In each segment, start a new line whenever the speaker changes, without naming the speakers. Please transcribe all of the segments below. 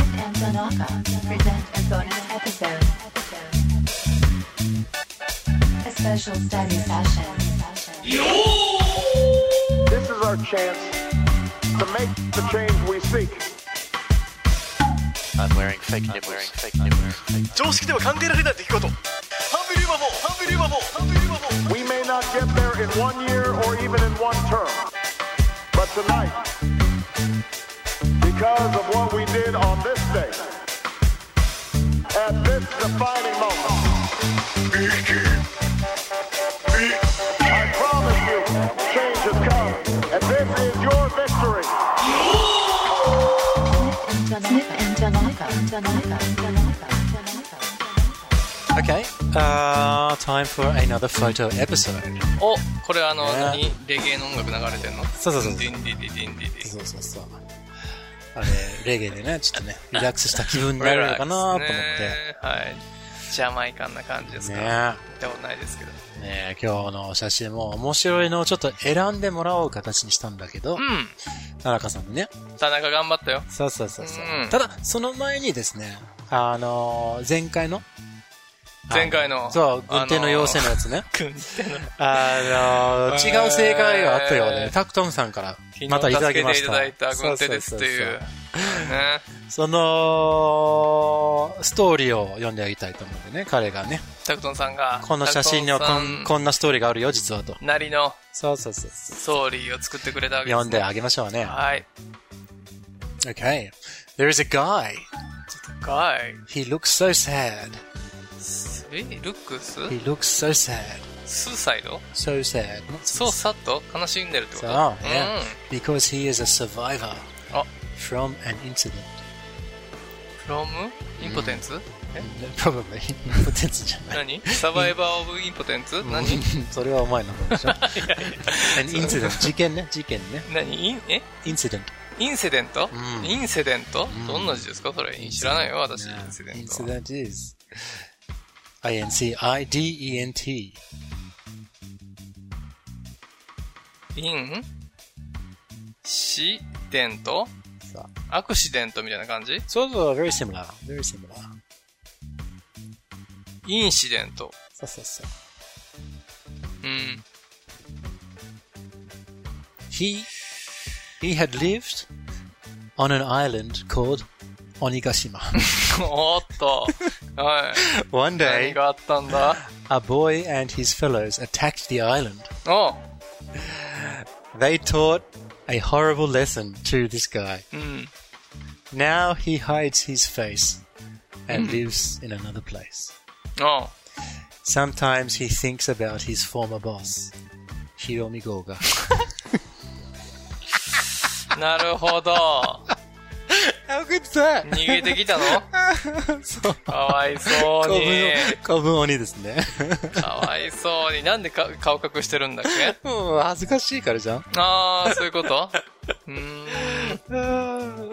Tanaka present a bonus episode. A special study session.
This is our chance to make the change we seek.
I'm wearing fake nipples. wearing fake nipples.
常識では考えられない出来事ハンビリーバボーハンビリーバボーハンビリーバボー
We may not get there in one year or even in one term, but tonight, because of what we did on this day, at this defining moment, I promise you, change has come, and this is your victory.
Smith and Tanaka, Tanaka, Tanaka, Tanaka.
Okay, uh, time for another photo episode.
おこれあの、
ね
何レゲエの音楽流れてんの
そうそうそうそう
ディンディディディンディディ
そうそうそう。あれ、レゲエでね、ちょっと ね、リラックスした気分になれるのかなと思って。
ねはいジャマイカンな感じですか、ね、
ね
見たことないですけど
え、ねえ、今日の写真も面白いのをちょっと選んでもらおう形にしたんだけど
う、ん
田中さんにね。
田中頑張ったよ
そうそうそうそう、
うん
ただ、その前にですね、あのー前回の、
前回の
そう、軍手の妖精のやつね。
軍手の
あのー
えー
違う正解があったようで、タクトムさんから
昨、日
またいただきまし
助けてい
た。
ただいた軍手ですっていう
そそそ
ね
その、ストーリーを読んであげたいと思うんでね、彼がね。
タクトンさんが
この写真には
タク
こ
トン
ん
さ
こんなストーリーがあるよ、実はと。
んなりの
そうそうそうそう。
ストーリーを作ってくれたわけです、ね、
読んであげましょうね。
はい
Okay. There's a guy.
ガイ
He looks so sad.
えルックス
He looks so sad.
スーサイド
So sad. Not
そうさっと悲しんでるってこと
So,
うん、
yeah. Because he is a survivor
あ
from an incident.
フロムインポテンツ、
Probably. impotence じゃない。
何サバイバー・オブ・インポテンツ何
それはお 前の方でしょ。an incident. 事件ね、事件ね。
何インえ
incident.
インセデント、
うん
インセデント、
ん
どんな字ですかそれ知らないよ私インセデントは
Incident is E incident.
インシデント
さあ
アクシデントみたいな感じ
そうそう、very similar. Very similar.
インシデント
そうそうそう。
うん
He, he had lived on an island called Onigashima.
おーっとはい
One
何
day,
があったんだ
a boy and his fellows attacked the island.
おう
They taught a horrible lesson to this guy.
うん
Now he hides his face and lives in another place.
おう
Sometimes he thinks about his former boss, Hiromi Goga.
なるほど
How good is that?
逃げてきたの
そう。
かわいそうに
古文鬼ですね。
かわいそうになんでか顔隠してるんだっけ
もう恥ずかしいからじゃん。
ああ、そういうこと うーん。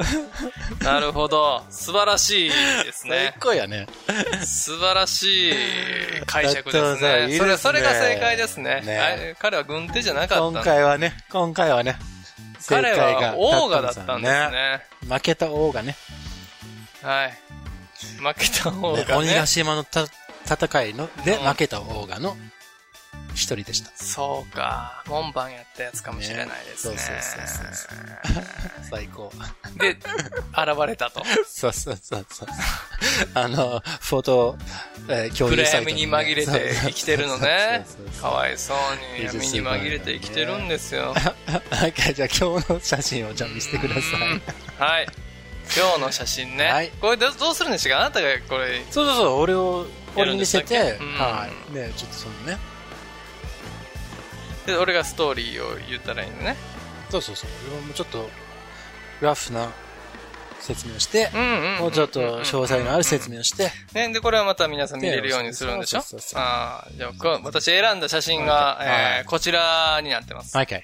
なるほど。素晴らしいです
最
ね。
高やね。
素晴らしい解釈で
だっ
す
たらいい
ね。
ですね
それ、それが正解ですね。
ね
あれ彼は軍手じゃなか
今
ったん
回はね、今回はね、正
彼
解
は
が
オーガだったんですね。
負けた王がね、
はい。負けた方
ね
が
鬼
ね
ヶ。島のた戦いので
うん
負けた王がの一人でした。
そうか。門番やったやつかもしれないですね
ね。そうそうそう最高。
で、現れたと。
そうそうそうそう。 あの、フォト、えー、共有
暗
サイト
闇に紛れて生きてるのね
そうそうそう。そう
かわいそうに
美術
闇に紛れて生きてるんですよ。
はい、じゃあ今日の写真をじゃあ見せてください。
はい。今日の写真ね。
はい
これどどうするんですかあなたがこれ、
そうそうそう、俺を、
や
俺
る
に
ん
見
でした
せ
っけう
て、
ん
はい。ね、ちょっとそのね、
で俺がストーリーを言ったらいいのね。
そうそうそう、俺もちょっと、ラフな説明をして、
うんうん、うん。
もうちょっと詳細のある説明をして、
ね、で、これはまた皆さん見れるようにするんでしょ
そうそうそうそう
ああ、じゃあ、こ私選んだ写真が、
はい
えー、こちらになってます。
Okay.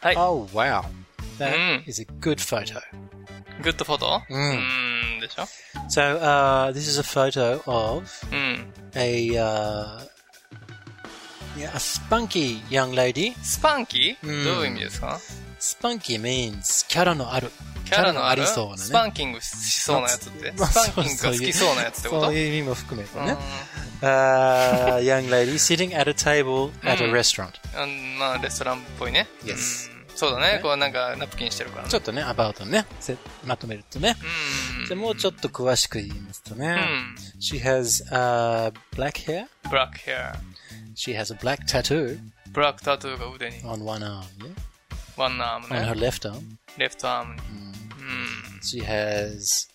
はい
Oh, wow.
うん
That is a good photo.
グッドフォト
うん
ーん、でしょ
So, uh, this is a photo of
うん。
a, uh, yeah, a spunky young lady.
スパンキー、
うん
どういう意味ですか
スパンキー means キャラのある。
キャラのある
りそうなね。
スパンキングしそうなやつって、
ま あ
スパンキングが好きそうなやつってこと
そういう意味も含めてね。
う
Uh, young lady sitting at a table at a
うん
restaurant.
んうんまあ、レストランっぽいね。
Yes.
うんそうだね。こうなんか、ナプキンしてるからね
ちょっとね、about をね、せまとめるとね。
うん。
じゃあもうちょっと詳しく言いますと
う
ね。
ん。
She has uh, black hair.
ブラックヘア。
She has a black tattoo
ブラックタトゥーが腕に。
on one arm, yeah?
ワンアーム
on her
ね。
left arm.
レフトアームに。
She has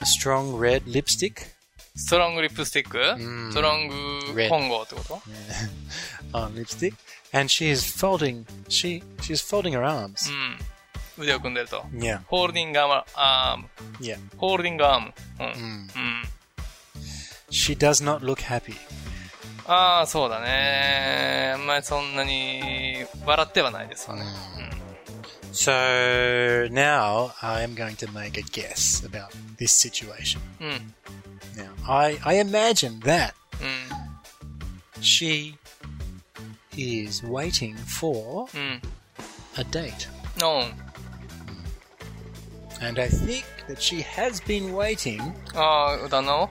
a strong red lipstick
ストロングリップスティック
ん
ストロング混合ってこと
on lipstick, and she is folding. She she is folding her
う
arms.
ん。腕を組んでると。
Yeah,
ホールディングアーム、アーム。
yeah.
ホールディングアーム。うん。うん。
She does not look happy.
ああ、そうだね。あんまりそんなに笑ってはないですよね。
So now I am going to make a guess about this situation.
うん。うん。
Now I I imagine that
うん。
she is waiting for
うん。
a date,
うん。
and I think that she has been waiting.
ああ、旦那を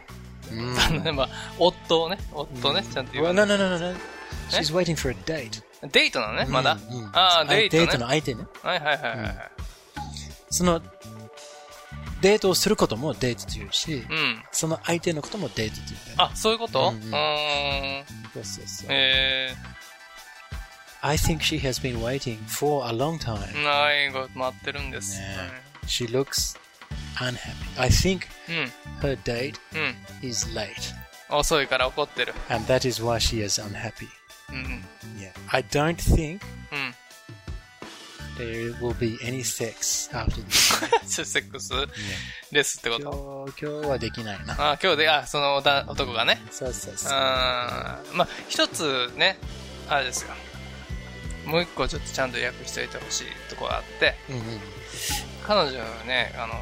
Mm.
旦那、まあ、夫をね、夫ね、ちゃんと言
Well,
わな
no,
い。
no, no, no, no. She's waiting for a date. Hmm, Ah,
デートなのね、まだ
うんうん。
ああ、デー
デー
ト
ト
ね。
の相手ね。
はいはいはいはい。
その、デートをすることもデートというし、
うん。
その相手のこともデートという、ね。
あ、そういうことう
うんうん
ーん。
そうそうそう
え
I think she has been waiting for a long time.
ー、ないご待ってるんです。
ね She looks unhappy. I think
うん。うん。
her date
うん。
is late,
遅いから怒ってる。
and that is why she is unhappy.
うん。うん。
Yeah. I don't think
うん。
there will be any sex after this.
セセックスですってこと
今日、今日はできないな。
あ今日で、あ、そのだ男がね。
そうそう
うん。
そう。
まあ、一つね、あれですよ。もう一個ちょっとちゃんと訳しておいてほしいとこがあって、
うんうん
彼女ね、あの、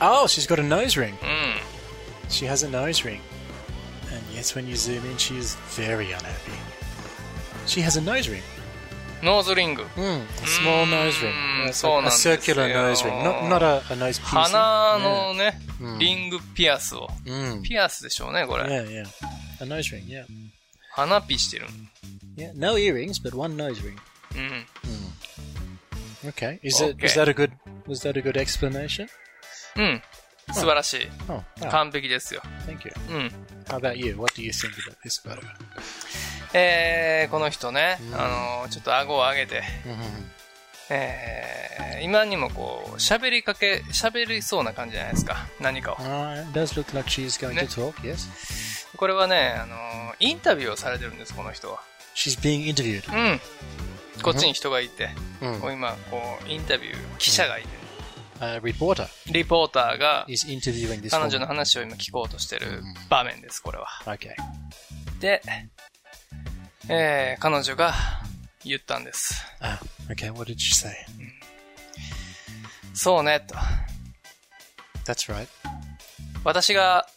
Oh, she's got a nose ring.
うん。
She has a nose ring. And yes, when you zoom in, she is very unhappy. She has a nose ring.
ノーズリング。
Hmm, a small nose ring.
Mm,
A-
so
a, circular
なんですよ。
nose ring. Not, not a, a nose piercing.
鼻のね、
うん
リングピアスを。
Yeah. Mm.
ピアスでしょうね、これ。
yeah, yeah. A nose ring, yeah.
花ピしてる。
Yeah, no earrings, but one nose ring.
うん。
Okay. Is it
Okay.
is that a good was that a good explanation?
うん。素晴らしい。
Oh, wow,
完璧ですよ。
thank you.
うん。
How about you? What do you think about this photo?
えー、この人ね、あのー、ちょっと顎を上げて、えー、今にもこう、喋りかけ、喋りそうな感じじゃないですか。何かを。
Uh, it does look like she is going to
Ne-
talk, yes.
これはね、あのー、インタビューをされてるんです、この人は。
She's being interviewed.
うん。こっちに人がいて、
うん
こう今、こう、インタビュー、記者がいて、
A reporter
リポーターが、
is interviewing this
彼女
woman.
の話を今聞こうとしてる場面です、これは。
Okay.
で、えー、彼女が言ったんです。
Ah, okay, what did she say?
そうね、と。
That's right.
私が、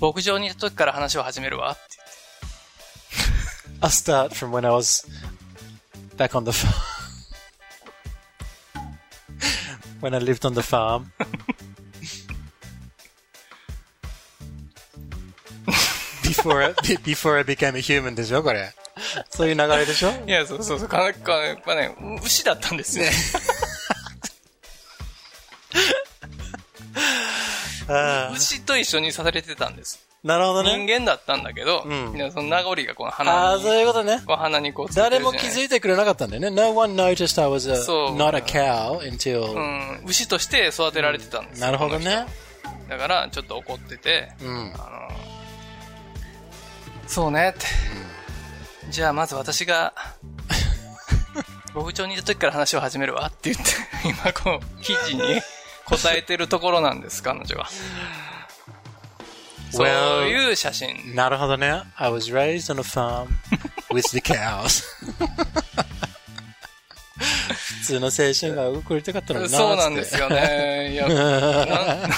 牧場にいた時から話を始めるわ。って
I'll start from when I was back on the farm. when I lived on the farm. before I, be- before I became a human でしょこれ。そういう流れでしょ
いや、そうそうそう、かかやっぱね、う牛だったんですよ。
あー
牛と一緒に刺されてたんです。
なるほど
人
ね。
間だったんだけど、
うん
いやその名残がこの
あ
鼻
あ、
に、
そういうことね。
こう鼻にこうついてる
Ah, 誰
じゃ
も
ない
気づいてくれなかったんだよね。No one noticed I was a,
そう
not a cow until...
うん、牛として育てられてたんです。
なるほど
この
ね。
人。だから、ちょっと怒ってて、
うん。
あの、そうねって。じゃあまず私 が、牧場にいた時から話を始めるわって言って、今こう、記事に答えてるところなんです、彼女は。そういう写真。
なるほどね。I was raised on a farm with the cows. 普通の青春が送りたかったのにな
そうなんです
よ。
よね。いや、 な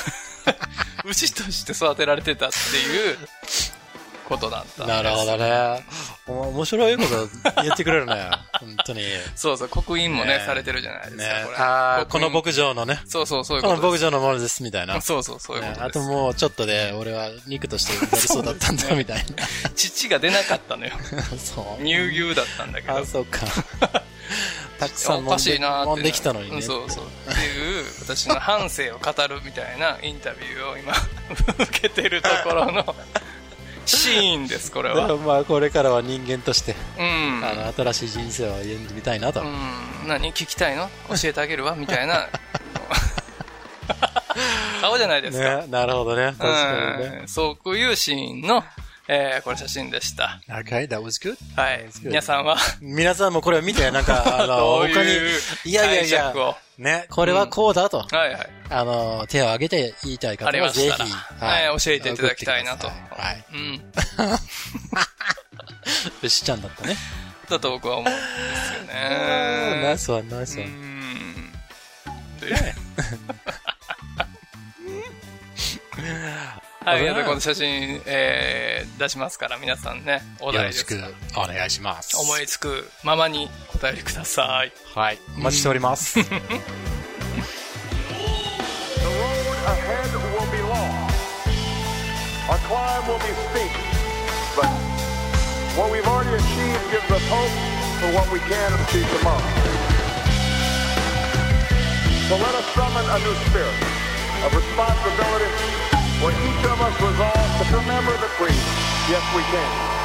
牛として育てられてたっていうことだったんです。
なるほどね。お前面白いことやってくれるね。 本当に。
そうそう、刻印も
ね
ね、
え
されてるじゃないですか。
ね
これ
ああ、こ
刻印
の牧場のね。
そうそう、そういう
こ
こ
の
と
牧場のものです、みたいな
で。す。そうそう、そういう
ね
こと
あ
です。
ともうちょっとで俺は肉としてやりそうだったんだみたい
父が出なかったの よ。
な。 そう。
乳牛だったんだけど。
あ、そう か。たくさん
お
も
か
ん
し
で
いなーって
揉んできたのに
う
ね。
んそうそうっていう私の半生を語るみたいなインタビューを今 受けてるところ のシーンですこれ
だか
は
らまあこれからは人間として、
うん
あの新しい人生を歩んでみたいなと。
うん何聞きたいの教えてあげるわみたいな 顔じゃないですか、
ね、なるほどね。確かにね。
うんそういうシーンの、えーこれ写真でした。
Okay, that was good.
はい。
good.
皆さんは、
皆さんもこれを見て、なん か、あ
ど
の、
う
他に
いう、
いやいやい
解
や
釈を、
ね、これはこうだと、
はいはい。
あの、手を挙げて言いたい
あ
方
り
は
ま
ぜ
し
ひ、
たら、はい、教えていただきたいなと。
送ってくださいはい。
うん。
牛ちゃんだったね。
だと僕は思うんですよ
ナイ
ね。
スワン、ナイス
う
ワン。
ん。で はい、皆さんこの写真、えー出しますから、皆さんね、お
よ
題
ろ
で
し
す
く
から。
お願いします。
思いつくままにお便りください。
はい。お待ちしております。
The road ahead will be long. Our climb will be steep. But what we've already achieved gives us hope for what we can achieve tomorrow. So let us summon a new spirit of responsibility where each of us resolves to remember the creed. Yes, we can.